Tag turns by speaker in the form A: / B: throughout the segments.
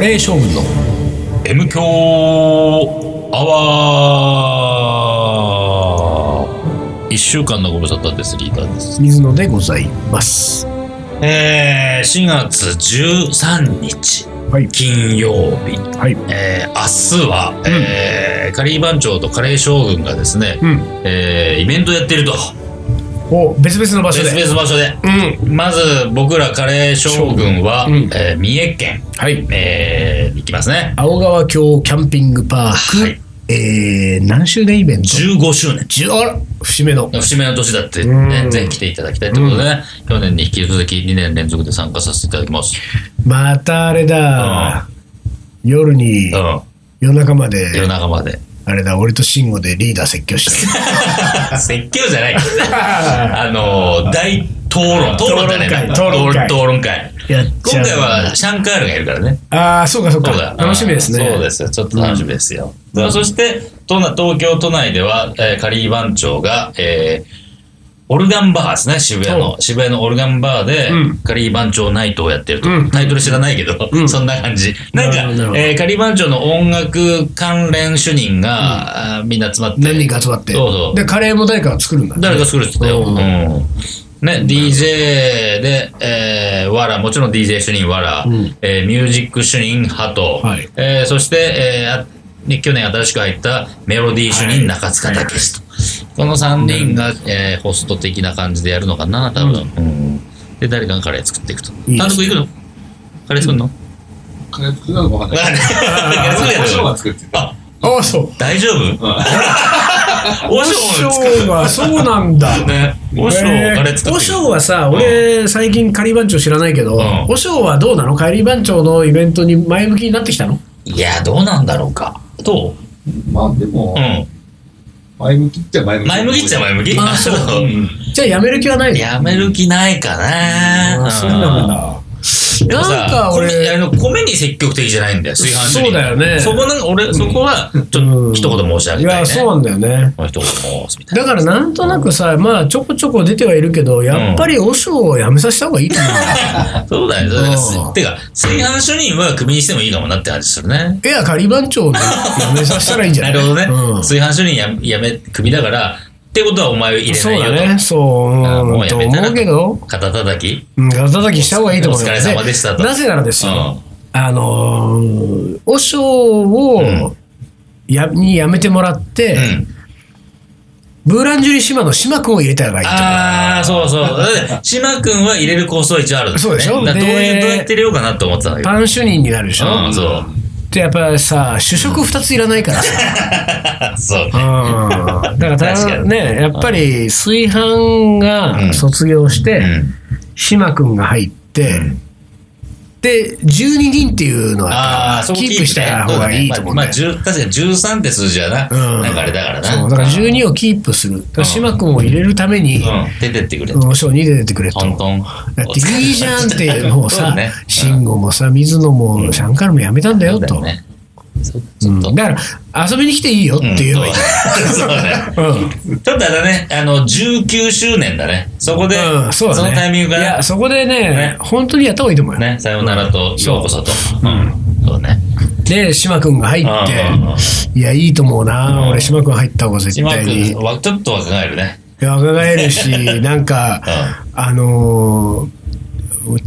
A: 定将軍の
B: M 強アワー一週間のご無沙汰です、リーダーです。
A: 水野でございます。
B: えー、4月13日、
A: はい
B: 金曜日、
A: はい。
B: えー、明日は、えーカリー番長とカレー将軍がですね、
A: うん。
B: えー、イベントやってると。
A: お、別々の場所
B: 別
A: で。
B: 々場所で。
A: うん。
B: まず、僕らカレー将軍は、
A: うん
B: えー三重県、
A: はい。
B: えー、行きますね。
A: 青川郷キャンピングパーク、
B: はい
A: えー、何周年イベント
B: 15周年。
A: 10あら節目の。
B: 節目の年だって、
A: う
B: ね
A: ん、
B: ぜひ来ていただきたいということでね、去年に引き続き2年連続で参加させていただきます。
A: またあれだ。夜に
B: う、ん。
A: 夜中ま
B: 夜
A: で、
B: 中まで。
A: あれだ、俺と慎吾でリーダー説教 した。
B: 説教じゃない。 あの、大討論。討論じゃない。
A: 討論会討論会
B: 討論会。
A: やっちゃ
B: 今
A: う。
B: 回は、シャンカールがいるからね。
A: ああ、そうかそう
B: そうだ
A: か。。楽しみですね。
B: そうですよ。ちょっと楽しみですよ。まあそして、都内東京都内では、えーカリー番長が、えーオルガンバーですね、渋谷
A: お
B: の。渋谷のオルガンバーで、
A: うん
B: カリー番長ナイトをやってると。
A: うん
B: タイトル知らないけど、
A: うん
B: そんな感じ。なん
A: なる
B: か
A: ほどなるほ、ど
B: えーカリー番長の音楽関連主任が、あーみんな集まって。
A: 何人か集まって。
B: そうそう
A: で、カレーも誰かが作るんだ。
B: 誰が作るっつったよ。
A: う
B: うんん。ね、DJ で、えー、わら、もちろん DJ 主任わら、
A: うん
B: えーミュージック主任ハト、
A: はい
B: えーそして、えーあね去年新しく入ったメロディー主
A: はい
B: 任中塚武史と、この3人が、えーホスト的な感じでやるのかな、多分。うんで、誰かがカレー作っていくと。
A: いいです
B: 単独行くのカレー作るの、
C: カレー作るのかわかんない。
B: わか んないカレー作るや
C: お
B: つ
C: 塩が作ってる。
B: あ、
A: ああ、そう。
B: 大丈夫おしょう作
A: お
B: る
A: 尚。がそうなんだ。
B: ね、おしょうカレー作って
A: お
B: る。
A: 尚はさ、俺、最近、仮番長知らないけど
B: ん、
A: お尚はどうなの仮番長のイベントに前向きになってきたの
B: いや、どうなんだろうか。どう
C: まあでも
B: う、ん。
C: 前向きっちゃ前向き。
B: 前向きっちゃ前向き。
A: あ そう
B: う
C: うん
B: ん
A: じゃあ、やめる気はないの
B: やめる気ないかな。
A: あそうなんだ。
B: でもさ
A: なんか俺
B: 米あの米に積極的じゃないんだよ、炊飯所に。
A: そうだよね
B: そこなんか俺、そこは、ちょっ
A: う
B: と
A: ん
B: 一言申し上
A: い
B: げたい
A: や、
B: ね。
A: そうなんだよね。
B: この一言申すみた
A: だ
B: い
A: からなんとなくさ、まあちょこちょこ出てはいるけど、やっぱり和尚をやめさせた方がいいかな。
B: な。 そうだよねだからす
A: うん。
B: てか、炊飯所にはクビにしてもいいかもなって感じするね。
A: いや、仮番長をやめさせたらいいんじゃな
B: ないるほどね。
A: うん
B: 炊飯所にややめ、クビだから、ってことはお前を入れ
A: そう
B: な
A: だ
B: いよ
A: ね。そう、
B: あも
A: うん、
B: うや
A: と
B: めたら
A: 思うけど、
B: と。肩叩き
A: うん、ガタ叩きした方がいいと思うよ
B: お疲れ様でしたと
A: なぜならです
B: う
A: よ、
B: ん。
A: あのー、和尚を
B: ん
A: や、にやめてもらって、
B: うん。
A: ブーランジュリー島の島君を入れたらいいと思う。
B: ああ、そう そう。だって島君は入れる構想は一応あるんだよ
A: そうでしょ
B: だからどう
A: で
B: いう、どうやって入れようかなと思ってたんだけど。
A: パン主任になるでしょ、
B: うん、そう。
A: で、やっぱりさ、主食2ついらないからさ。
B: あそう。
A: うんだから
B: 確か
A: た
B: に
A: ねやっぱり炊飯が卒業して、
B: うん。
A: 島君が入って、で12人っていうの
B: ああ、
A: は
B: そこ
A: キープした方がいいと思う
B: まあ、
A: ね
B: まあ10確かに13って数字はな、
A: うん
B: なんかあれだからな。
A: そうだから12をキープするだから島君を入れるために
B: うん、出てってくれ。
A: おしょう2で出てくれと。
B: トントン。
A: だっていいじゃんっていうのを
B: そ
A: さ
B: うね、
A: 慎吾もさ、水野
B: う
A: も
B: ん
A: シャンカルもやめたんだよ
B: そうだ
A: と。
B: ね。そ
A: う
B: ちょ
A: ん
B: っと。
A: だから遊びに来ていいよっていうのがいい。
B: うんそうそうね。
A: うん
B: ちょっとあれだね、あの、19周年だね。そこで、
A: うん、そうだね。
B: のタイミングが
A: い
B: ね
A: や、そこでね、
B: ね
A: 本当にやった方がいいと思うよ。
B: ね、さよならと、ようこそと。うん。そうね。
A: で、島君が入
B: うんうん
A: って、いや、いいと思うな、
B: うん
A: 俺、島君入った方が絶
B: 島
A: 対に。
B: 君
A: い
B: はちょっと若返るね。
A: や若返る し、なんか、あのー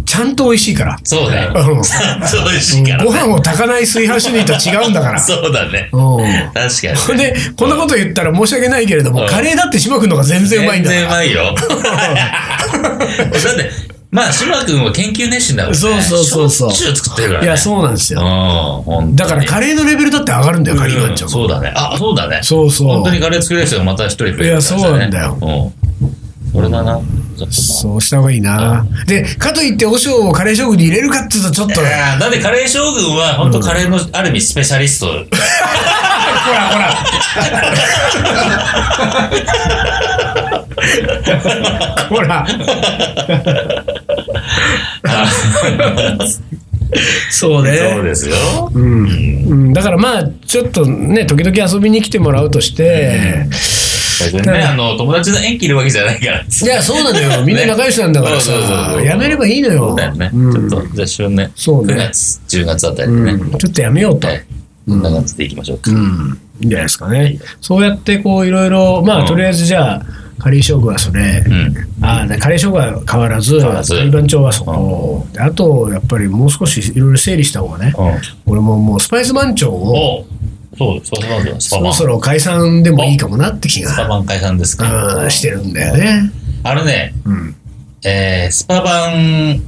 A: ちゃんと美味しいから。
B: そうだよ。
A: うん
B: そう美味しいから
A: ご飯を炊かない炊飯主任とは違うんだから。
B: そうだね。
A: うん
B: 確かに。
A: ほんで、こんなこと言ったら申し訳ないけれども、
B: うん
A: カレーだって島君の方が全然うまいんだか
B: 全然う
A: ら。
B: まいよ。 だって、まあ、島君は研究熱心だもんね。
A: そうそうそうそう
B: しょっちゅう作ってるから、ね。
A: いや、そうなんです
B: うん
A: よ。
B: ほんとに。
A: だから、カレーのレベルだって上がるんだよ、カリーマンチョ
B: うん
A: も。
B: そうだね。あ、そうだね。
A: そうそう
B: 本当にカレー作れる人がまた一人増える、ね。
A: いやそうなんだよ
B: うん。それだな。ちょっと
A: そうした方がいいな。で、かといって、和尚をカレー将軍に入れるかっていうと、ちょっと
B: まあ。い。やだってカレー将軍は本当カレーのある意味スペシャリスト。
A: ほらほ ら。ほら。そう
B: そう
A: ね。
B: ですよ。
A: うん、だからまあちょっとね時々遊びに来てもらうとして、
B: 全然ね、あの、友達の縁切るわけじゃないから。
A: いや、そうなのよ。みんな仲良しなんだから
B: ねそうそうそう
A: さ
B: そ。う
A: やめればいいのよ。
B: そうだよね。
A: うん
B: ちょっと、じゃあ旬ね。
A: そうね
B: 9月、10月あたりでね。
A: うんちょっとやめようと。
B: はい。こんな感じでいきましょうか。
A: うん。いいんじゃないですかね。そうやって、こう、いろいろ、ま
B: う
A: あ、
B: ん
A: とりあえずじゃあ、カリー将軍はそれ、
B: うん。
A: ああ、ねカレー将軍は変わらず、
B: 変わらず
A: 裁判長はそこ。であと、やっぱりもう少しいろいろ整理した方がね、俺ももうスパイス番長を、
B: おそうです。そうなんですよ。ス
A: そ
B: パマ
A: ろ
B: ン。
A: そ
B: ス
A: ろ解散でもいいかもなって気
B: パ
A: が、
B: マン解散ですか
A: うん、してるんだよ。ね。
B: あのね、
A: うん。
B: えースパバン、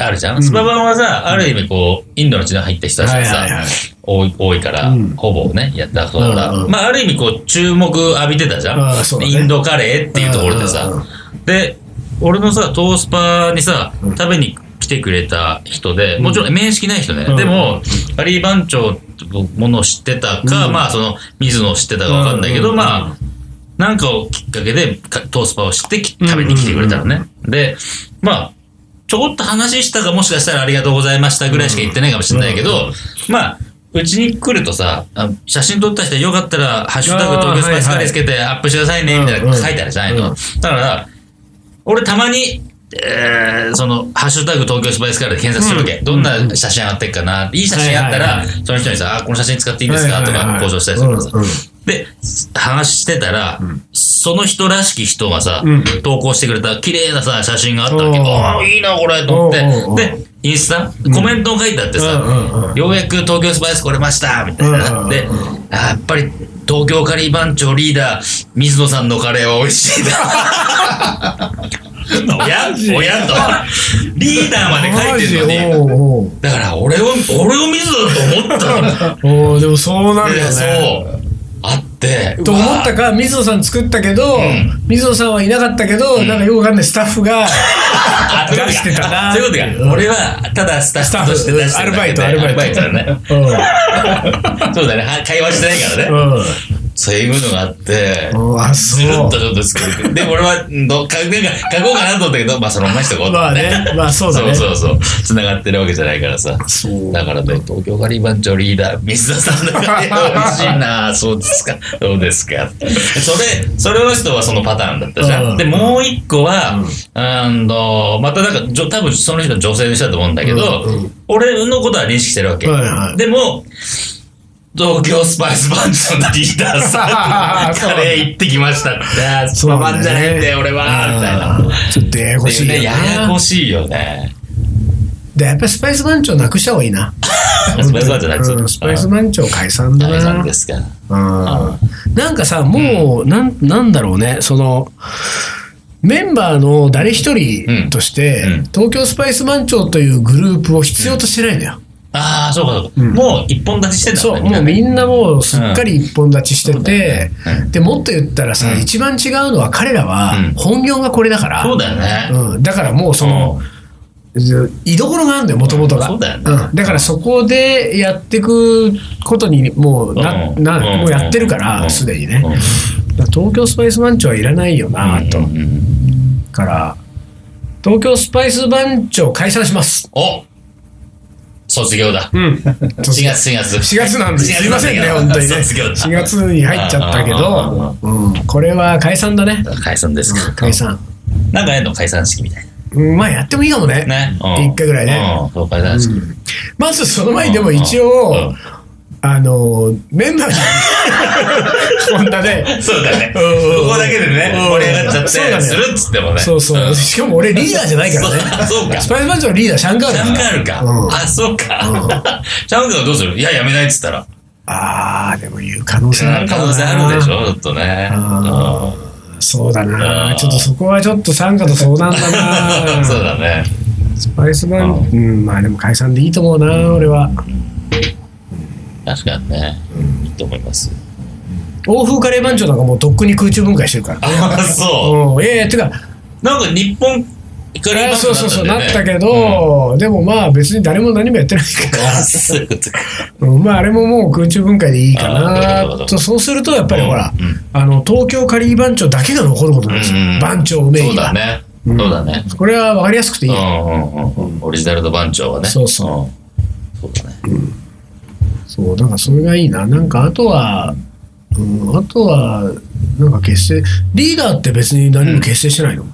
B: あるじゃん、スパバンはさ、ある意味こう、インドの地に入った人たちがさ、
A: はいはいはい
B: 多い多いから、
A: うん
B: ほぼね、やった人だから、
A: うんうん
B: まあ、ある意味こう、注目浴びてたじゃん、
A: ああそうだね
B: インドカレーっていうところでさ、
A: うんうん
B: で、俺のさ、トースパにさ、食べに来てくれた人で、もちろん面識ない人ね、
A: うん
B: でも、カリー番長のものを知ってたか、
A: うん
B: まあ、その、水野を知ってたかわかんないけど、
A: うん
B: まあ、なんかをきっかけでかトースパを知ってき食べに来てくれたのね。で、まあ、ちょこっと話したかもしかしたらありがとうございましたぐらいしか言ってないかもしれないけど、まあ、うちに来るとさ、あ写真撮った人よかったら、ハッシュタグ
A: あー
B: 東京スパイスカレーつけてアップしてくださいね、みたい
A: うん
B: な
A: うん
B: 書いてあるじゃない
A: うん
B: の。だから、俺たまに、えーその、ハッシュタグ東京スパイスカレーで検索するわけ。
A: うん
B: どんな写真上がってっかな、いい写真あった
A: はいは
B: ら
A: い、
B: その人にさ、あ、この写真使ってい
A: い
B: いですかとか交渉したりするからさ。
A: うんうん
B: で、話してたら、その人らしき人がさ、
A: うん
B: 投稿してくれた綺麗なさ、写真があったわけ。
A: おー
B: ああ、いいな、これ、と思って。
A: おうおうおう
B: で、インスタ、コメントを書いてあってさ、
A: うんうんうん
B: ようやく東京スパイス来れました、みたいな。
A: うんうんうん
B: で、あやっぱり東京カリー番長リーダー、水野さんのカレーは美味し いな。おやおやと。リーダーまで書いて
A: マ
B: るのに。
A: ジおうおう
B: だから俺を、俺を水野だと思 ったの。
A: おーでもそうなる
B: で
A: よね。
B: そう。あって。
A: と思ったか水野さん作ったけど、
B: ん
A: 水野さんはいなかったけど、なんかよくわかんないスタッフが
B: あ
A: 出してたな
B: そういうこと
A: うん
B: か。俺は、ただスタ
A: スタ
B: ッ
A: ッ
B: フとして出し
A: フ
B: て
A: ア
B: る
A: ル
B: だ
A: バ
B: け
A: イ
B: で
A: トアルバイト
B: アルバイトだね。 そうだね。は会話してないか
A: う
B: らね。
A: ん、
B: そういうのがあって、
A: うん、あ
B: ずる
A: そ
B: っとちょっと作る。で、俺は、どかなんか書こうかなと思ったけど、まあ、そのままにしとこう
A: う
B: と思
A: ま
B: っ
A: あ
B: て
A: ねまあそうだね
B: そうそうそう。繋がってるわけじゃないからさ。
A: そう
B: だからね、東京ガリバンチョリーダー、水田さんのカレー美味しい なそうですか、どうですか。それ、それの人はそのパターンだったじゃ
A: うん
B: ん。で、もう一個は、あの、またなんか、じょ多分その人は女性の人だと思うんだけど、
A: うんう
B: 俺のことは認識してるわけ。
A: はいはい
B: でも、東京スパイスバンチョのリーダーさん、
A: そう
B: カレー行ってきましたって。いやー、スパ
A: な
B: バンじゃないんだよ、俺は、みたいな。
A: うんちょっとややこしいよ
B: ね、やや
A: な
B: こしいよね。
A: でやっぱりスパイス番長なくした方がいいな
B: スパイスバンチョなくす
A: うんスパイス番長解散だ
B: 大
A: な
B: 変ですか。
A: うんなんかさもう、なんなんだろうねそのメンバーの誰一人として、
B: うんうん
A: 東京スパイス番長というグループを必要としてないんだよ、
B: ああ、そうかそうか。
A: うん
B: もう一本立ちしてんだ
A: そう、
B: ね
A: もうみんなもうすっかり一本立ちしてて、
B: うん
A: でもっと言ったらさ、
B: うん
A: 一番違うのは彼らは
B: うん
A: 本業がこれだから、
B: そうだよね。
A: うん、だからもうその、居所があるんだよ、もともとが。
B: そうだよね
A: んだからそこでやっていくことにもうな、
B: うん
A: な
B: うん
A: もうやってるか
B: う
A: ら、
B: ん
A: すでにね。
B: うん
A: だから東京スパイス番長はいらないよなと。
B: うんうんうん
A: から、東京スパイス番長解散します。
B: お卒業だ。
A: うん。
B: 4月、4月。
A: 4月なんです。すいませんね、
B: 4
A: 本当にね。
B: 卒業だ。
A: 4月に入っちゃったけど、うん、これは解散だね。
B: 解散ですか。
A: 解。散。
B: なんかねんの解散式みたい
A: うんまあやってもいいかもね。
B: な。ね。うん
A: 一回ぐらいね。
B: うんそう、解散式。
A: まずその前にでも一
B: うんう
A: 応
B: ん、
A: あの、メン バーに、こんなね、
B: そうだね。こ
A: うんうんうん
B: こだけでね、
A: うん
B: 盛り上がっちゃっ
A: そうだね
B: て、するっつってもね。
A: そうそ
B: ん
A: う。しかも俺リーダーじゃないからね。
B: そうそうか
A: ス。パイス番長のリーダー、シャンカール
B: シ
A: だ
B: ャンカ
A: から
B: ールか
A: うん。
B: あ、そうか
A: うん。
B: シャンカールどうするいや、やめないっつったら。
A: あー、でも言う可能性あるか
B: 可
A: もな
B: 能性あるでしょ、ちょっとね。
A: あーそうだ
B: う
A: な。
B: ん
A: ちょっとそこはちょっと参加と相談だ
B: う。
A: なん
B: そうだね。
A: スパイスバン、うん、まあでも解散でいいと思うな、俺は。
B: 確かにね、いいと思います。
A: 欧風カレー番長なんかもうとっくに空中分解してるから。
B: ああ、そ
A: うん、ええてか、
B: う。なんか日本から今
A: そうそうそう、
B: な
A: な
B: っ
A: ったた
B: んだ
A: け
B: よね。
A: ど、でもまあ別に誰も何もやってないか
B: あそういうことか。
A: ら、うんまああれももう空中分解でいいか
B: あーなるほ
A: な
B: ど
A: と、そうするとやっぱりほら、
B: うんうん
A: あの、東京カリー番長だけが残ることなんですよ。
B: うんうん
A: 番長名
B: そう
A: 義
B: だ
A: が。
B: ね。そうだね。
A: これは分かりやすくて
B: う
A: いい。
B: んうんうん。オリジナルの番長はね。
A: そうそう
B: うん。そうだね。
A: そう、だからそれがいいな。なんかあとは、うん、あとは、なんか結成、リーダーって別に何も結成してないの、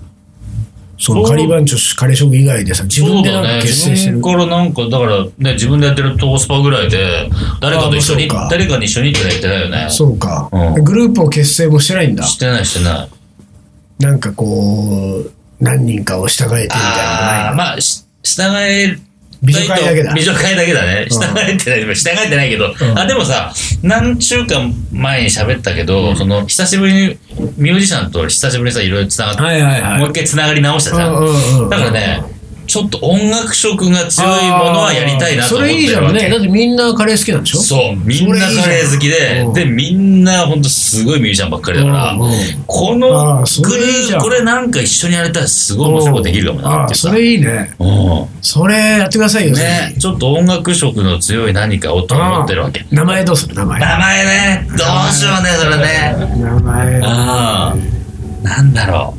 A: その
B: そ
A: カ
B: う
A: リーバンチョス、カレーショップ以外でさ、自分でなんか結成してる。
B: そうだね、自分からなんか、だからね、自分でやってるトースパぐらいで、誰かと一緒に、
A: あそうか
B: 誰かに一緒にって言ってないよね。
A: そうか、
B: うん
A: グループを結成もしてないんだ。
B: してない、してない。
A: なんかこう、何人かを従えてみたい
B: あ
A: な
B: あ、
A: のないの。
B: まあ、し従え、
A: 美女会だけだ
B: 美。女会だけだね。
A: うん
B: 従えてない、従えてないけど、
A: ん
B: あ、でもさ、何週間前に喋ったけど、その、久しぶりに、ミュージシャンと久しぶりにさ、いろいろ繋がって、
A: はいはいはい
B: もう一回繋がり直したじゃん。
A: うんうんうん
B: だからね、ちょっと音楽色が強いものはやりたいなと思
A: あ
B: っ
A: ーそれい
B: て
A: いじ
B: る
A: ゃ
B: わ
A: ん
B: け
A: ね。だってみんなカレー好きなんでしょ
B: そう、みんなカレー好きで、
A: それいいじゃん
B: で、みんな本当すごいミュージシャンばっかりだから
A: うんうん、
B: こ
A: あ
B: の
A: あそ
B: グ
A: れ
B: ル
A: いいじ
B: ー
A: ゃ
B: プ、
A: ん
B: これなんか一緒にやれたらすごい面白いことできるかもな
A: あ
B: っ
A: ー
B: てさ
A: そ。れいいね。
B: う
A: それやってください
B: ん
A: よ。
B: ね、ちょっと音楽色の強い何かをと思ってるわけ。
A: ぜひ名前どうする名前。
B: 名前ね、どうしようね、それね。
A: 名前。
B: うん。なんだろ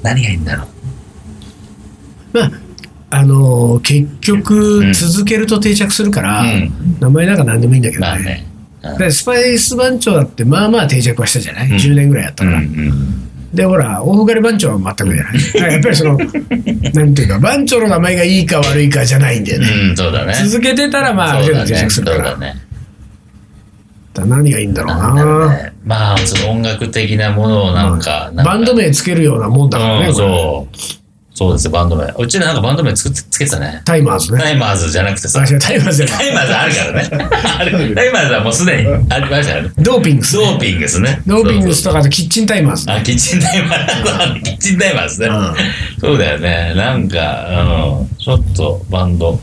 B: う。何がいいんだろう。
A: まあ、あのー結
B: う
A: 局
B: ん
A: 続けると定着するから、
B: うん
A: 名前なんか何でもいいんだけど
B: まあ
A: ね。
B: ね。うん
A: でスパイス番長だってまあまあ定着はしたじゃない、
B: うん
A: ?10 年ぐらいやった
B: うん
A: から。
B: うん。
A: でほら大がり番長は全くじゃない。だからやっぱりそのなんていうか番長の名前がいいか悪いかじゃないんだよね。
B: うん、そうだね。
A: 続けてたらまあある
B: そう
A: 程
B: だ
A: 度定
B: ね。
A: 着す
B: そう
A: るから。
B: だね。
A: だから何がいいんだろう
B: なんだろう
A: な。
B: ねまあ、その音楽的なものをなんか、なんか
A: バンド名つけるようなもんだからね、
B: うん
A: これ
B: そう。そうですよ、バンド名。うちらなんかバンド名つくつけてたね。
A: タイマーズね。
B: タイマーズじゃなくてさ
A: あ、。違うタイマーズじゃな
B: タ
A: い。
B: イマーズあるからね。 あるタイマーズはもうすでにありましたからね。
A: ドーピングス、
B: ドーピングですね。
A: ドーピングス
B: そうそ
A: とか
B: う
A: あとキッチンタイマーズね。
B: あ、キッチンタイマーズ。キッチンタイマーですね。そうだよね。なんか、うん。ちょっとバンド。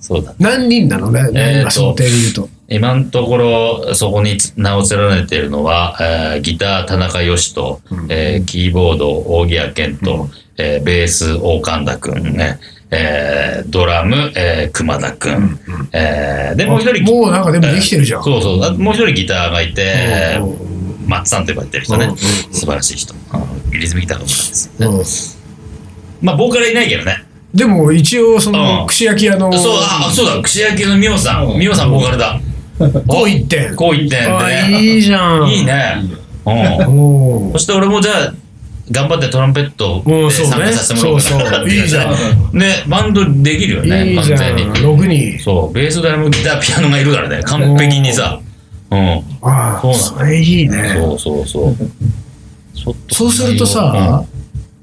B: そうだ。
A: 何人なのね、
B: えーと
A: 今想定で言うと。
B: 今のところ、そこに名を連ねているのは、えーギター、田中義人、えーキーボード、大木屋健と、えーベース、大神田くんね、えードラム、えー熊田くん、えーで、もう一人、
A: もうなんかでもできてるじゃん。
B: そうそう、あもう一人ギターがいて、え
A: うん
B: ーマッツさんと呼ばれてる人
A: う
B: ね
A: んうん、
B: 素晴らしい人。うんリズムギターの方なんですよね。
A: うん
B: まあ、ボーカルはいないけどね。
A: でも一応そ
B: うん
A: の串焼き屋の
B: そう、あ、そうだ、串焼きのミオさ、
C: うんん
B: ミオさんボーカルだ。
A: こう一点。
B: こう言ってん
A: あ
B: でね。
A: いいじゃん。
B: いい。ね。う
A: お
B: ん。そして俺もじゃあ、頑張ってトランペット
A: う
B: で
A: んそうね
B: 参加させてもらおうかな。
A: そうそういいじゃん
B: ね、バンドできるよね、
A: いいじ
B: 完
A: ゃ
B: 全
A: ん。
B: に。
A: 6人。
B: そう、ベース、ドラム、ギター、ピアノがいるからね、完璧にさ。うん。
A: ああ、
B: そう
A: それいいね。
B: そうそうそう。ちょっと
A: そうするとさ、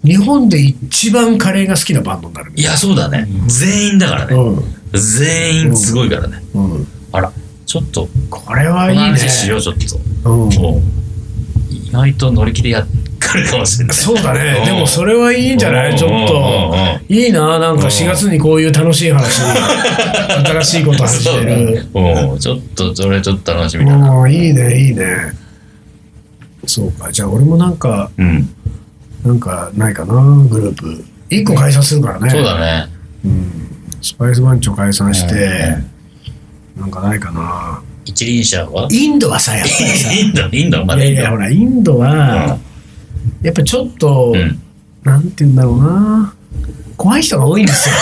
A: 日本で一番カレーが好きなバンドになる
B: うん、いや、そうだね。全員だから
A: う
B: ね。
A: ん。
B: 全員すごいからね。
A: うん。
B: あら、ちょっと、こ
A: これは
B: の
A: いいね。
B: 話しよう、ちょっと。
A: うん
B: もう、意外と乗り切りやっかるかもしれない。
A: そうだね。
B: ん
A: でもそれはいいんじゃな
B: うん
A: いちょっ
B: うんうん
A: と。いいな、なんか4月にこういう楽しい 話、新しいこと始
B: そう
A: める。
B: だね。うん、ちょっと、それちょっと楽しみだな。
A: もういいね、いいね。そうか。じゃあ俺もなんか、
B: うん。
A: なんかないかな、グループ。一個解散するからね。
B: そうだね。
A: うん。スパイス番長解散して、なんかないかな。
B: 一輪車は
A: インドはさ、やっぱりさ。
B: インド、インド、 ま
A: い
B: だ
A: や
B: イ
A: い
B: ンド
A: や、。ほら、インドは、やっぱちょっと、
B: うん。
A: なんて言うんだろうな。怖い人が多いん ですよ。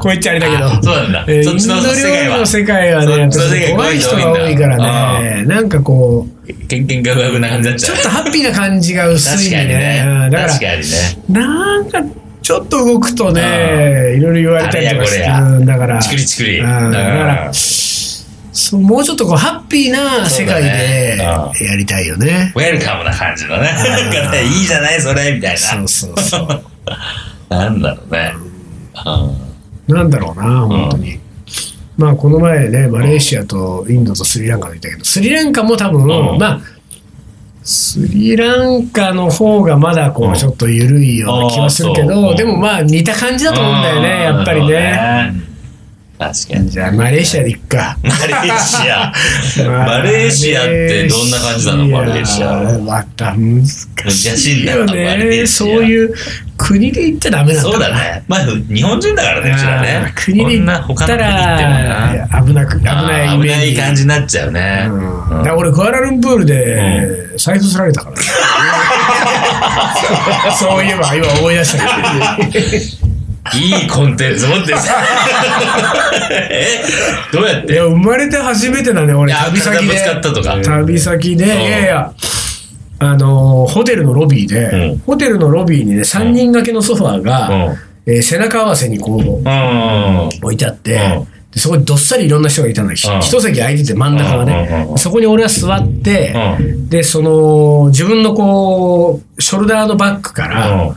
A: こう言っちゃあれだけ
B: あ
A: ど。
B: そうなんだ。
A: えー
B: そっちの世界
A: インド料理
B: は
A: の。世界はね、やっぱ
B: そっちの世界
A: 怖い人が多いからね、なんかこう、
B: けんけんがぐがぐな感じになっち
A: ち
B: ゃ
A: ょ
B: う
A: っ。とハッピーな感じが薄いん
B: 確か
A: で
B: に
A: ね
B: ね。。
A: うんだ
B: 確
A: か
B: かにね。
A: ら、なんかちょっと動くとね、いろいろ言われたりとかして
B: あれやこれや
A: うんだから、
B: チクリチクリ。
A: うんだから
B: うん
A: そうもうちょっとこうハッピーな世界で
B: そうだね
A: やりたいよね。
B: ウェルカムな感じのね。なんかね、いいじゃないそれ、みたい
A: そうそうそう。
B: な。なんだろうね。
A: なんだろうな、本当に。まあ、この前ね、マレーシアとインドとスリランカでいたけど、スリランカも多分、
B: うん
A: まあ、スリランカの方がまだこ
B: うん
A: う、ちょっと緩いような気はするけ
B: あーそうう
A: ど、
B: ん
A: でもまあ、似た感じだと思うんだよね、やっぱりね。
B: ね。確かに。
A: じゃあ、マレーシアでいっか。
B: マレーシア。 マレーシアってどんな感じなのマレーシアは。
A: また難しいよ
B: 難しいんだマレー
A: ね。
B: シ
A: そ
B: ア
A: ういう国で行っちゃダメなんだ
B: そうだね。まあ、日本人だからね、うちら
A: あ
B: ね
A: ー。国で
B: こん
A: 行
B: な
A: っ
B: 他
A: た
B: の国行ってもな。
A: ら危なく危ないイ
B: あー危
A: メ
B: な
A: ー
B: い
A: ジ
B: 感じになっちゃうね。
A: うん
B: う
A: だ
B: ん
A: から俺クアラルンプールで財布すられたから ねそういえば今思い出したけど
B: いいコンテンツ持 ってさ。えどうやっ
A: い
B: て
A: や、生まれて初めてだね、俺。
B: いや
A: 旅先で。
B: 体ぶつかったとか
A: 旅先で、い
B: ん
A: やいや、あのー、ホテルのロビーで、
B: うん
A: ホテルのロビーにね、3人掛けのソファーが、えー背中合わせにこう、
B: うん。うん。
A: 置いてあって、
B: うん
A: でそこにどっさりいろんな人がいたの、ひ
B: うん
A: 一席空いてて真ん中が
B: うんうん
A: ね
B: う、ん
A: そこに俺は座って、
B: う
A: で、その、自分のこう、ショルダーのバッグから、
B: うん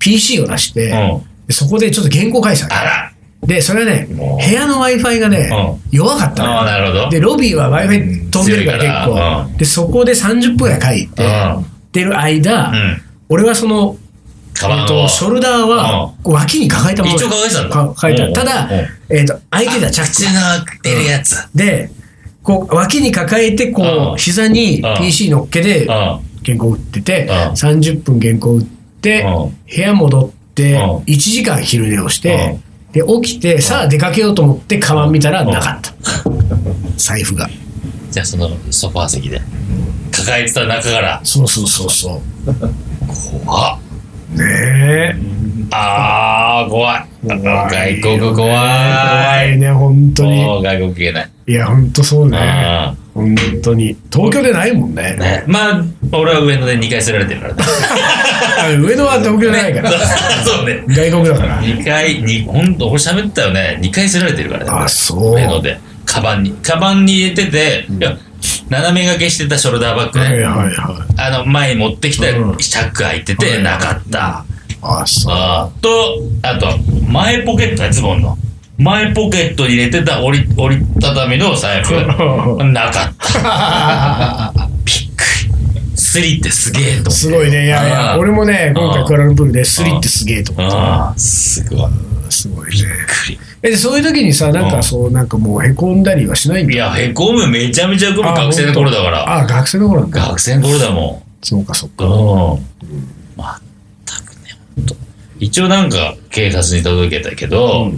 A: PC を出して、
B: うん
A: でそこでちょっと原稿解釈。
B: あら。
A: で、それはね、
B: もう
A: 部屋の Wi-Fi がね、
B: う
A: 弱かったのよ
B: ああ、なるほど。
A: で、ロビーは Wi-Fi 飛んでるから結
B: 強いから
A: 構。で、そこで30分ぐらい書いて、
B: うん
A: 出る間、
B: うん。
A: 俺はその、
B: カバ
A: え
B: ン
A: っ
B: を
A: と、。ショルダーは脇に抱えたもの
B: 一応抱えてたんだ
A: か抱え
B: うん
A: た。ただ
B: うん、
A: えっと、相手が着
B: 口
A: 地。
B: の出るやつ。
A: で、こう、脇に抱えて、こ
B: うん
A: う、膝に
B: うん
A: PC 乗っけて、
B: う
A: 原稿打ってて、
B: うん
A: 30分原稿打って、
B: う
A: 部屋戻って、
B: うん
A: 1時間昼寝をして、で、起きて、さあ出かけようと思って、カバン見たらなかった。財布が。
B: ん。じゃあそのソファー席で。抱えてた中から。
A: そうそうそうそう。
B: 怖っ
A: ね
B: あー、怖い。
A: え。
B: 外国
A: よね
B: 怖
A: 怖
B: い。
A: いね、本当に。
B: もう外国行けない。
A: いや、本当そうね。
B: あ
A: 本当に。東京でないもんね。
B: ーね、まあ、俺は上野で2回すられてるからね。
A: あ 上野は東京でないから。
B: そうね。
A: 外国だから。
B: 2回、にほんと、俺喋ったよね。2回すられてるからね。
A: あ、そう。
B: 上野で。カバンに。カバンに入れてて、いや、斜め掛けしてたショルダーバッグ
A: はい
B: ね。
A: はいはい。
B: あの、前に持ってきたチ
A: うん
B: ャック開いてて、なかった。
A: あ、 そう。
B: あーと、あと、前ポケットだズボンの。前ポケットに入れてた折り、折りたたみの 財布。なかった。びっくり。スリってすげえと思って。
A: すごいね。いやいや、
B: うん
A: 俺もね、今回
B: うん
A: クアラルンプールでスリってすげえと思っ。
B: ああ、すごい。びった
A: すごいね。
B: くり。
A: え、でそういう時にさ、なん
B: う
A: か
B: ん
A: そう、なんかもうへこんだりはしないんだ
B: いや、へこむ、めちゃめちゃへこむ、
A: あ
B: 学生の頃だから。
A: あ、学生の頃なんだ。
B: 学生の頃だも
A: そうかそうか。
B: ん。うん。まったくね、ほんと。一応なんか、警察に届けたけど、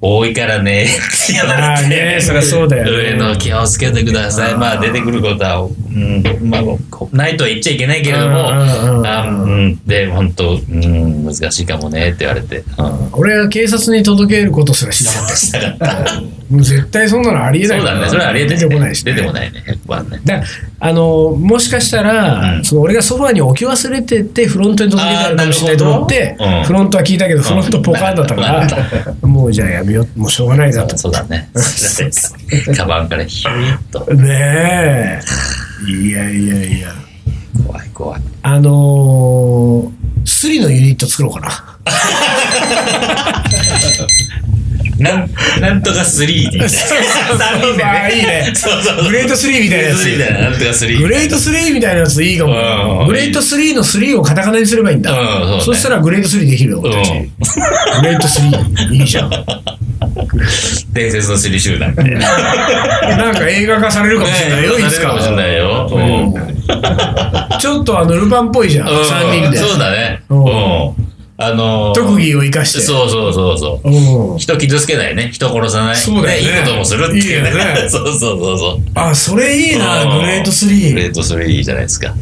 B: 多いからね、って言
A: あ
B: われ
A: あ
B: て。
A: ね、そりゃそうだよ、ね。
B: 上の気をつけてください。
A: うん
B: まあ出てくることは、うん、まあ、こないとは言っちゃいけないけれども、
A: うんうんうん
B: あうん、で、本当、うん、難しいかもねって言われて、うん。
A: 俺は警察に届けることすらしなかったです。
B: したかった。
A: もう絶対そんなのありえ
B: そ
A: ないう
B: だね、それはありえない、
A: 出てこないし、ね。
B: 出てこないね、100番ね。
A: だあのもしかしたら、
B: うん
A: その俺がソファーに置き忘れててフロントに届けてあるかもしれないと思って、
B: あーなるほどうん
A: フロントは聞いたけどフロントポカンだったから、
B: うんな
A: もうじゃあやめようもうしょうがないなと
B: そうだね。カバンからヒュイッと。
A: ねえいやいやいや
B: 怖い怖い。
A: あのースリのユニット作ろう かな
B: なん、なんとか3 みたいな。三人で
A: ああいいね
B: そうそうそう。
A: グレート3みたいなやつ
B: グレート3みたいな、なんとか3。
A: グレート3みたいなやついいかも、
B: うん
A: グレート3の3をカタカナにすればいいんだ、
B: うんそうね
A: したらグレート3できるよ俺たち、
B: うん
A: グレート3いいじゃん
B: 伝説の3集団みたいな。
A: なんか映画化されるかもしれないよ、いつ
B: か
A: か
B: もしれないよ。う
A: うん
B: ん。
A: ちょっとあのルパンっぽいじゃん、
B: うん
A: 3人で。
B: そうだね。
A: う
B: うんん。あのー
A: 特技を生かして。
B: そうそうそうそう。
A: うん
B: 人傷つけないね。人殺さない。
A: そうだよね
B: でいいこともするっていう
A: いいよね
B: そうそうそうそう。
A: あ、それいいな、
B: うん
A: グレート
B: グレ
A: 3。
B: ート3じゃないですか。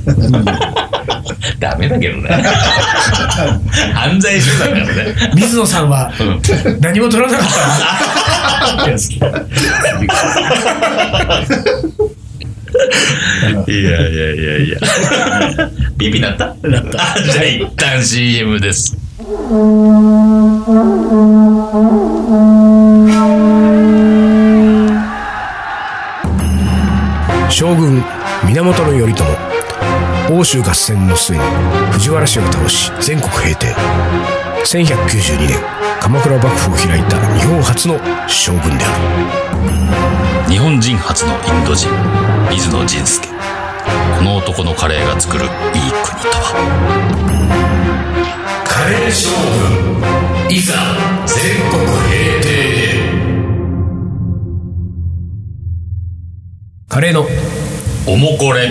B: ダメだけどね。犯罪集団だからね。
A: 水野さん は
B: うん
A: 何も取らなかった。
B: いやいやいやいや。ビビなったなった。あじゃあ一旦 CM です。
D: 将軍源頼朝欧州合戦の末に藤原氏を倒し全国平定1192年鎌倉幕府を開いた日本初の将軍である
B: 日本人初のインド人水野仁介この男のカレーが作るいい国とはカレー将軍いざ全国平定
D: カレーの
B: おもこれ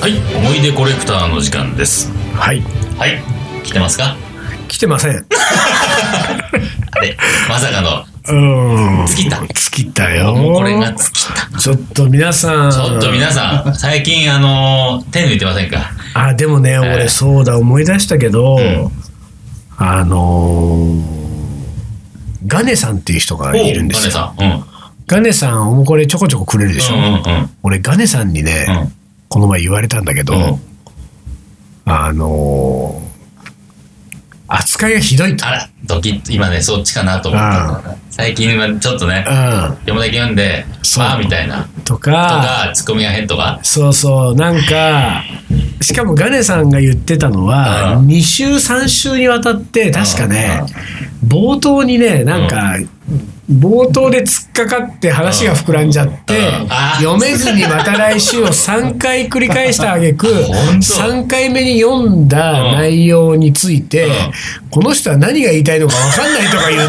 B: はい思い出コレクターの時間です
D: はい
B: はい来てますか
D: 来てません
B: あれまさかの
A: うん。
B: 尽きた
A: 尽きた
B: お
A: よ。
B: もこれが尽きた
A: ちょっと皆さん。
B: ちょっと皆さん最近あの手抜いてませんか
A: あ、でもね、
B: え
A: 俺
B: え
A: そうだ、思い出したけど
B: ん、
A: あのーガネさんっていう人がいるんですよ。
B: おうガネ
A: ガネさん、おもこれちょこちょこくれるでし
B: さ
A: ょ。
B: ん。うん。うんうん
A: 俺、ガネさんにね、
B: うん。
A: この前言われたんだけど、
B: うん
A: あのー扱いがひどいと。
B: あら、ドキッと、今ね、そっちかなと思ったんだよね。最近はちょっとね、
A: う
B: 読むだけ読んで、
A: そう
B: ああみたいな。と
A: ん。とか、
B: か、ツッコミが変とか。
A: そうそう、なんか、しかもガネさんが言ってたのは、
B: うん
A: 2週、3週にわたって、確かね、冒頭にね、なんか、冒頭で突っかかって話が膨らんじゃって
B: うんあ、
A: 読めずにまた来週を3回繰り返した挙句
B: 本当
A: 3回目に読んだ内容について、この人は何が言いたいのか分かんないとか言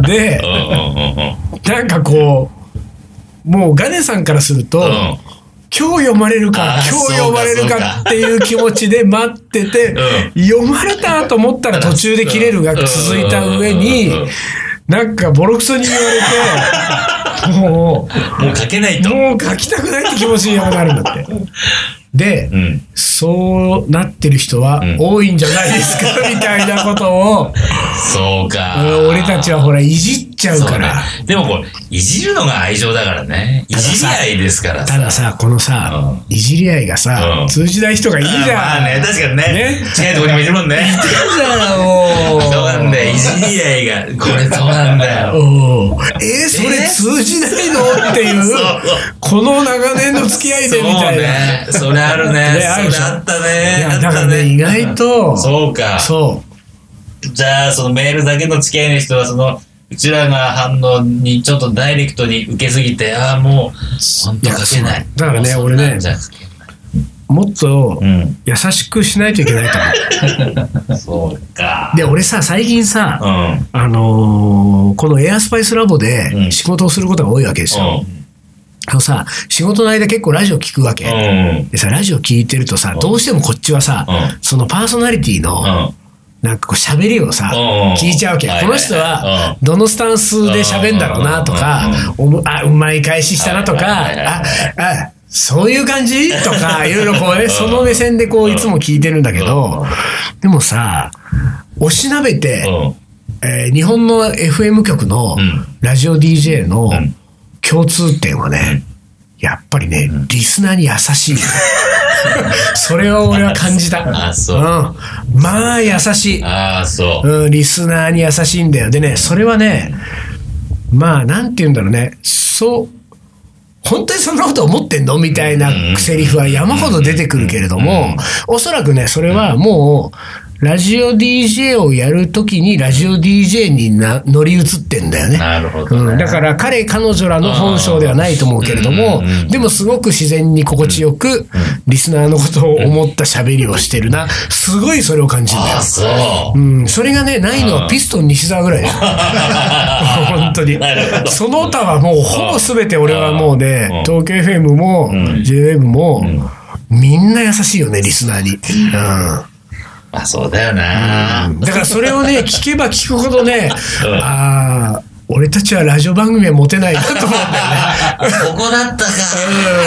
A: った と。で
B: うん、うんうんうん。
A: なんかこう、もうガネさんからすると、
B: うん
A: 今日読まれるか
B: あー、
A: 今日読まれる
B: そうか
A: かっていう気持ちで待ってて、
B: う
A: 読まれたと思ったら途中で切れるが
B: うん
A: 続いた上に
B: うん、
A: なんかボロクソに言われて、も、
B: もう書けないうと。
A: もう書きたくないって気持ちになるんだって。で、
B: うん。
A: そうなってる人は
B: うん
A: 多いんじゃないですか、 みたいなことを、
B: そうか。
A: 俺たちはほら、いじっちゃう
B: そう
A: か
B: ね
A: ら。。
B: でもこれ、いじるのが愛情だからね。い
A: ださ
B: じり合いですから
A: たださ、このさ、いじり合いがさ、
B: うん
A: 通じない人がいるじゃん。
B: まあね、確かにね。
A: ね
B: 違うとこにもいるもんね。
A: じゃあもう
B: そうなんだよ。いじり合いが、これそうなんだよ。
A: おーえー、それ通じないのっていう
B: そう
A: この長年の付き合い
B: そ
A: で
B: う
A: みたいな、
B: ね。それあるね。
A: ねあるでし
B: そ
A: ょ
B: れあった
A: い
B: ね。
A: や
B: あっ
A: だか
B: た
A: らね意外と
B: そうか。
A: そう
B: じゃあ、そのメールだけの付き合いの人は、その、うちらが反応にちょっとダイレクトに受けすぎて、ああ、もう、本当書けないい
A: や。だからね
B: もうそんなん
A: 俺ね
B: じゃ
A: もっと
B: うん。
A: 優しくしないといけないと思
B: そうか
A: う。で俺さ最近さ、
B: うん。
A: あのーこのエアスパイスラボ
B: う
A: で
B: ん
A: 仕事をすることが多いわけですよ、あのさ仕事の間結構ラジオ聞くわけ、
B: うん。
A: でさラジオ聞いてるとさ、どうしてもこっちはさ、
B: うん
A: そのパーソナリティの、
B: うん。
A: なんかこう喋りをさ、
B: うん
A: 聞いちゃうわけ。
B: はいはい
A: この人は、どのスタンスで喋んだろうなとか
B: うん、
A: おもあ、うまい返ししたなとか、
B: はいはいはい
A: あ、あ、そういう感じと か、いろいろこうね、その目線でこう、いつも聞いてるんだけど、でもさ、おしなべて、
B: うん。
A: えー日本の FM 局の
B: うん
A: ラジオ DJ の
B: ん
A: 共通点はね、やっぱりね、リスナーに優し い。それは俺は感じた。
B: あそうん
A: まあ優しい。
B: ああ、そう。
A: うん、リスナーに優しいんだよ。でね、それはね、まあ、なんて言うんだろうね、そう、本当にそんなこと思ってんのみたいなセリフは山ほど出てくるけれども、おそらくね、それはもう、ラジオ DJ をやるときに、ラジオ DJ にな乗り移ってんだよね。
B: なるほど
A: うん、
B: ね。
A: だから彼、彼女らの本性ではないと思うけれども
B: うんうんうん、
A: でもすごく自然に心地よく、リスナーのことを思った喋りをしてるな、すごいそれを感じるんだ
B: あ
A: よ
B: あ、。そう。
A: うん、それがね、ないのはピストン西澤ぐらいだ よ本当に
B: なるほ。ど
A: その他はもうほぼ全て俺はもう
B: うん
A: ね、東京 FM も、JWAVE も、みんな優しいよね、リスナーに。
B: まあ、そうだよな。
A: うん。だからそれを ね、聞けば聞くほどね
B: うん、
A: ああ、俺たちはラジオ番組は持てないなと思うんだよね。
B: ここだったか。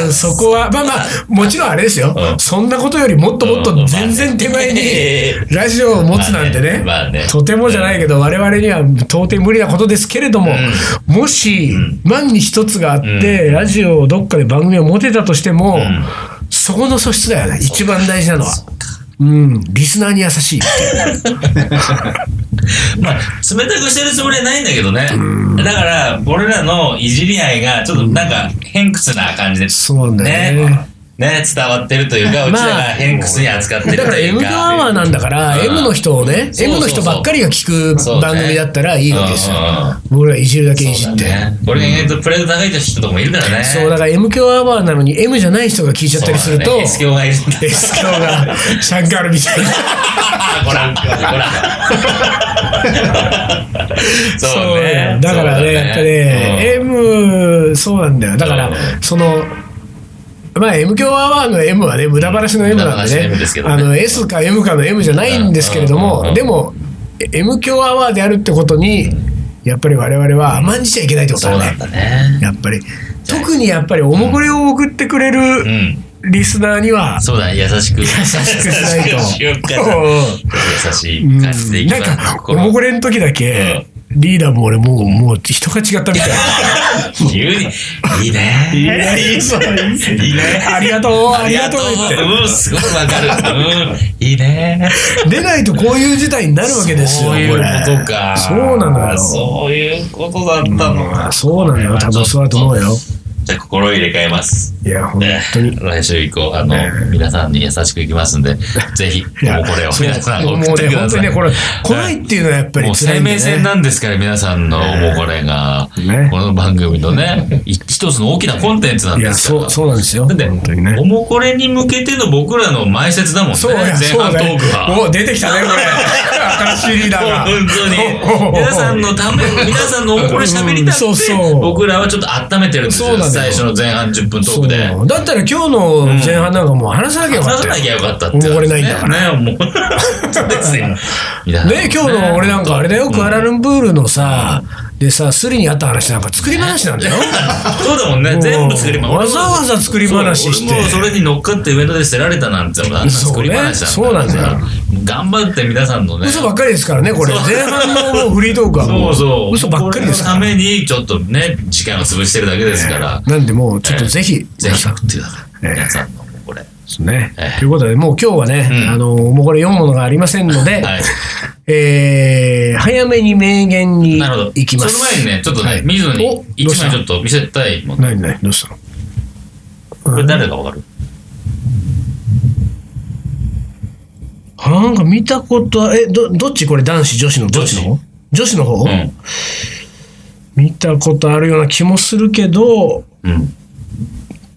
A: うんそこは、まあまあ、もちろんあれですよ
B: う。ん
A: そんなことよりもっともっ
B: うん
A: と全然手前
B: まあ ね
A: にラジオを持つなんてね
B: まあねまあね、
A: とてもじゃないけど、我々には到底無理なことですけれども、もし、万に一つがあって、ラジオをどっかで番組を持てたとしても、そこの素質だよね、一番大事なのは。うん、リスナーに優しいって いう。
B: まあ、冷たくしてるつもりはないんだけどね。だから、俺らのいじり合いが、ちょっとなんか、偏屈な感じで。
A: そうなんだよね
B: ね。ね、伝わってるというか、うち
A: ま
B: ら
A: あ
B: が偏屈に扱って
A: だ
B: ると
A: から
B: い
A: M
B: う
A: のアワー
B: か。
A: なんだから、
B: うん
A: M の人をね、
B: そうそうそう
A: M の人ばっかりが聞く番組だったらいいわけですよ
B: そうねうんうん。
A: 僕らいじるだけいじ
B: そう
A: って。
B: だね。俺が意外とプレート高い人とかもいるからね。
A: そう、だから M 響アワーなのに M じゃない人が聞いちゃったりする
B: そう
A: と、
B: だね S 教がいるんだ。
A: S 響がシャンカールみた いな。
B: ほら、ほら。そうね。
A: だからね、やっぱね、M、そうなんだよ。だから
B: うん、
A: その、まあ、M 響アワーの M はね、無駄話の M なんで
B: 無駄話の M
A: ね
B: ですけ、どね
A: あの、S か M かの M じゃないんですけれど
B: うんうんう
A: も、
B: ん
A: でも、M 響アワーであるってことに、やっぱり我々は甘んじちゃいけないってこと
B: そう
A: だ
B: な
A: ね
B: ん。だね。
A: やっぱり。特にやっぱり、おもこれを送ってくれ
B: う
A: る
B: ん。
A: リスナーには、
B: そうだね、優しく。優し
A: くしないと
B: くしようかな優し
A: うん
B: い感じでいき
A: な
B: ま
A: ん
B: す
A: か、お
B: 心
A: もこれの時だけ、リーダーも俺もう、もう人が違った みたい
B: 急に、いいね。いい
A: な。いいそう
B: いいね。
A: ありがとう、あ
B: あ
A: り
B: り
A: が
B: が
A: と
B: と
A: う
B: う。
A: っ
B: うん、すごいわかる。うん、いいね。
A: て。出ないとこういう事態になるわけですよ、
B: そういう
A: これ
B: ことか。
A: そうなのよ。
B: そういうことだったの
A: ま
B: か
A: あ。そうなのよ、多分そうだと思うよ。
B: じゃあ心入れ替えます。
A: いや、本
B: ね
A: 当に。
B: 来週以降、あの、皆さんに優しくいきますんで、ぜひ、もうこれを皆さん
A: もう
B: 送
A: ね、
B: ってくだ
A: 本当
B: さ
A: にね、
B: い。
A: これ、来ないっていうのはやっぱ
B: も
A: り
B: う
A: 辛い
B: 生
A: んで
B: 命線
A: ね。
B: なんですから、皆さんの、もうこれが、
A: ね
B: この番組のね、一一つの大きなコンテンツなん
A: い
B: で
A: や、
B: すから
A: そう、そうなんですよ。
B: だって、
A: 本当にね。
B: おもこれに向けての僕らの前説だもんね。
A: そうや、
B: 前
A: そう
B: 半ト
A: だ
B: ー
A: よ
B: クが。
A: お出てきたね、これ。 新しいリーダーが。
B: 本 当に。皆さんのため、皆さんのおもこれ喋りた
A: うんそう
B: く
A: そ
B: て、
A: う
B: 僕らはちょっと温めてるんです
A: そうな
B: よ。
A: のよ
B: 最初の前半10分トークで。
A: そうだったら今日の前半なんかもう話さなきゃよか
B: 話
A: っ
B: さ
A: た
B: な
A: よ。
B: きゃよかったって。
A: おもこれないんだから。
B: ら。ね、もう。そうですよ。ね、
A: ね、今日の俺なんかあれだよ、クアラルンプールのさ、でさ、スリにあった話なんか作り話なんだよ。
B: そうだもんね。 全部作り話。
A: わざわざ作り話して
B: そう俺もそれに乗っかって上野で捨てられたなんて、あんな作り話だ
A: そうねそうなんだよ
B: 頑張って皆さんのね。
A: 嘘ばっかりですからね、これ。
B: そう
A: 前半のもうフリートークはも
B: そうそう。
A: う、嘘ばっかりです
B: これ
A: か
B: のために、ちょっとね、時間を潰してるだけですから
A: ら。。なんでもう、ちょっとぜひ、
B: ぜひ送ってください。
A: ええ
B: 皆さんのこれ。
A: ね
B: え。え
A: ということで、もう今日はね、
B: うん
A: あの、もうこれ読むものがありませんので、
B: はい。
A: えー早めに名言に
B: なるほど。
A: 行きます。
B: その前にね、ちょっと
A: は
B: ね
A: い、
B: 水野
A: お
B: に
A: どう
B: 一
A: した
B: 枚ちょっと見せたいもの。
A: 何何どうしたの
B: これ誰だかわかる
A: あなんか見たことは、え、ど、どっちこれ男子、女子のどっちの方女子の方、
B: うん。
A: 見たことあるような気もするけど、
B: うん。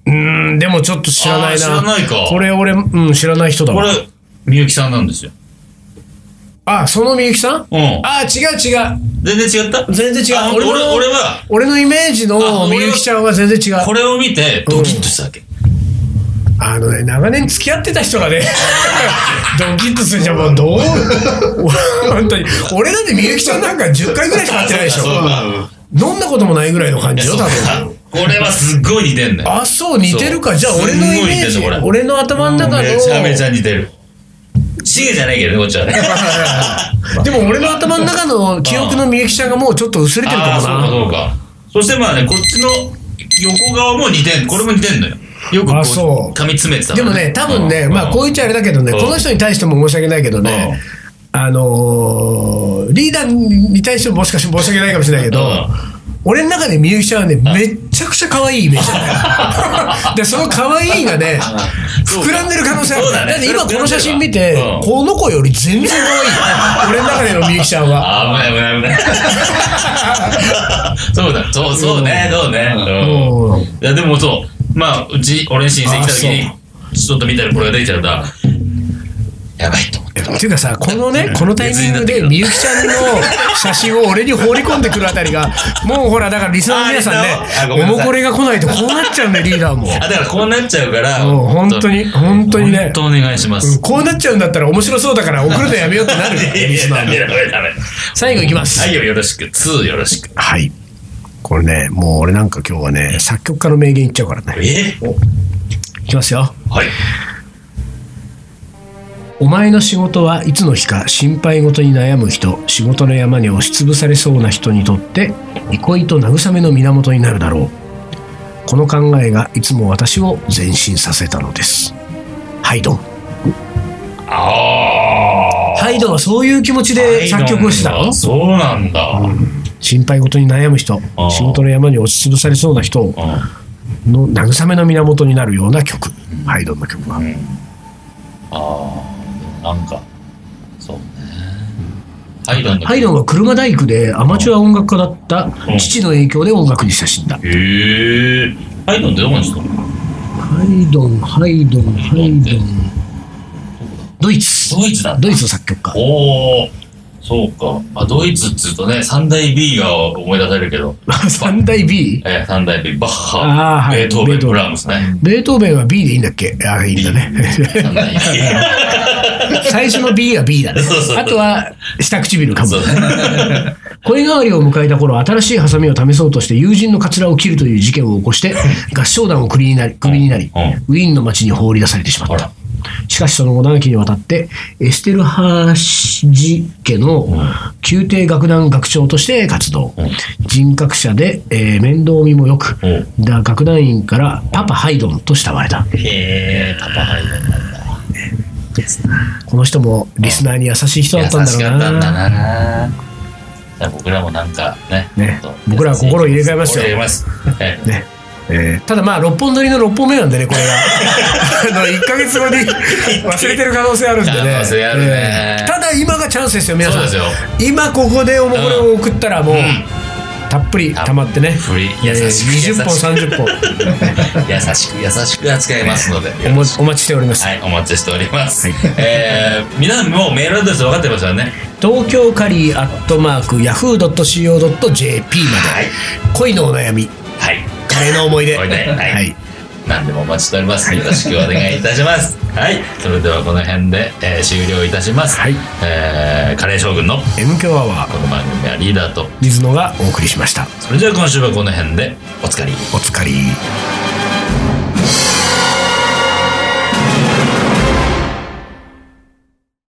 A: うーん、でもちょっと知らないな。
B: あー知らないか
A: これ俺、うん、知らない人だ
B: こ
A: わ。
B: れ、みゆきさんなんですよ。
A: あ、そのみゆきさん
B: うん。
A: あ、違う違う。
B: 全然違った
A: 全然違う
B: あ
A: 俺
B: 俺、
A: も
B: 俺俺は、
A: 俺のイメージ
B: あ
A: のみ
B: 俺は
A: ゆきちゃんは全然違う。
B: これを見て、ドキッとしたわけ。
A: あのね、長年付き合ってた人が ね、ドキッとするじゃん、もうどう、本当に。俺だってみゆきちゃんなんか10回ぐらいしか会ってないでしょ
B: そう。か
A: 飲んだこともないぐらいの感じ
B: そ
A: よ、
B: う
A: 多
B: か
A: 分。
B: これはすっごい似てんね
A: あ、そう、似てるか。
B: そう
A: じゃあ、俺のイメー
B: す
A: ジ
B: んごい似てるこ、れ
A: 俺の頭の中の、
B: めちゃめちゃ似てる。シゲじゃないけどね、こっちはね。
A: でも俺の頭の中の記憶のみゆきちゃんがもうちょっと薄れてる
B: あ
A: か
B: あー、
A: も
B: そ
A: な。
B: うかそうか。そしてまあね、こっちの横側も似てん、これも似てんのよ。よくこ
A: あそう
B: う、噛み詰めてた
A: で
B: から
A: もね、多分ね、まあ、こう
B: い
A: 言っちゃあれだけどね、
B: うん
A: この人に対しても申し訳ないけどね、あのー、リーダーに対してももしかして申し訳ないかもしれないけ
B: う
A: ど、俺の中でみゆきちゃんはね、めっちゃくちゃ可愛いイメージだ ねで、その可愛いがね、
B: そう
A: 膨らんでる可能性ある。
B: そうだね
A: って今この写真見て、
B: うん
A: この子より全然可愛い。俺の中でのみゆきちゃんは。
B: あー危ない危ない危 ない。そうだ、そうそうね、そうね。
A: うん
B: うんいや、でもそう、まあ、うち、俺に親戚来た時
A: あ
B: に、ちょっと見たらこれが出ちゃうから、やばいと思って。
A: っていうかさ、このね、このタイミングで、
B: 別になってる
A: みゆきちゃんの写真を俺に放り込んでくるあたり が、もうほら、だからリスナーの皆さん
B: あリスナーのあご
A: ね、
B: め
A: おも
B: んなさい
A: これが来ないとこうなっちゃうね、リーダーも。
B: あ、だからこうなっちゃうから、
A: うん本当に、本当にね
B: 本、当お願いしま
A: うん
B: す。
A: こうなっちゃうんだったら面白そうだから送るのやめようってなるよ
B: い やい
A: リ
B: や
A: ス
B: い
A: ナ
B: や、ダメ
A: ー
B: だ
A: も。
B: ダメだダメだ。
A: 最後いきます。
B: はいよ、よろしく。2よろしく。
A: はい。これね、もう俺なんか今日はね、作曲家の名言いっちゃうからね。
B: え
A: いきますよ。
B: はい。
A: お前の仕事はいつの日か心配事に悩む人仕事の山に押しつぶされそうな人にとって憩いと慰めの源になるだろうこの考えがいつも私を前進させたのですハイドン
B: あ
A: ハイドンはそういう気持ち
B: あ。
A: で作曲をしてたの
B: そうなんだ。
A: 心配事に悩む人
B: あー
A: 仕事の山に押しつぶされそうな人
B: あ
A: の慰めの源になるような曲ハイドンの曲は、
B: あー、なんか、そうね。ハイドンの。
A: ハイドンは車大工でアマチュア音楽家だった
B: うん
A: 父の影響で音楽に親しんだ
B: へえ。ハイドンってどこにしたの
A: ハイドン、ハイドン、ハイドン。ドイツ。
B: ドイツだ。
A: ドイツの作曲家。
B: おお。そうか。まあ、ドイツっつうとね、三大 B が思い出されるけど、
A: 三大 B?
B: えー、三大 B、バッ
A: あー
B: ハ、
A: はい
B: ベートーベ
A: ベー
B: ン、
A: トーベン
B: ブラームスね。
A: ベートーベンは B でいいんだっけあ、いいんだね。
B: 三大 B。
A: 最初の B が B だね
B: そうそ。う
A: あとは下唇かも
B: そ。 うね。
A: 声変わりを迎えた頃、新しいハサミを試そうとして友人のカツラを切るという事件を起こして、合唱団をクビになり、クビになり
B: うんうん、
A: ウィーンの街に放り出されてしま
B: ほ
A: っ
B: ら
A: た。。しかしその後長きにわたって、エステルハージ家の宮廷楽団学長として活動
B: うん。
A: 人格者で、えー面倒見もよく
B: うん、
A: だ楽団員からパパハイドンと慕われた。
B: へえ、パパ入るんだ。
A: この人もリスナーに優しい人だったんだ
B: 優し
A: ろ
B: か
A: う
B: ったんだ
A: な。
B: な。だから僕らもなんかね、
A: ね
B: ちょっと
A: 僕らは心を入れ替えますよ
B: 心を入れます。ええ
A: ねえーただまあ、6本撮りの6本目なんでね、これ が。あの、1ヶ月後に忘れてる可能性あるんでね。
B: 可能性あるね
A: えーただ今がチャンスですよ、皆さん。
B: そうですよ
A: 今ここでおもこれを送ったらもう、
B: ん
A: たっぷり溜まってね。
B: たっぷり
A: えー
B: 優しく
A: 20本、30本
B: 優しく優しく扱いますので。
A: お もお待ちしております。
B: はい、お待ちしております。えー皆さんもうメールアドレス分かってますよね。
A: 東京カリーアットマーク、ヤフー .co.jp ま
B: はい。
A: で、恋のお悩み、
B: はい。
A: カレーの思い出。
B: これで、はい。
A: はい
B: 何でもお待ちしております。よろしくお願いいたします。はい。それではこの辺で、えー終了いたします。
A: はい
B: えーカレー将軍の
A: M 強アワー
B: この番組はリーダーと、
A: 水野がお送りしました
B: それでは今週はこの辺でおつかり。
A: お疲れ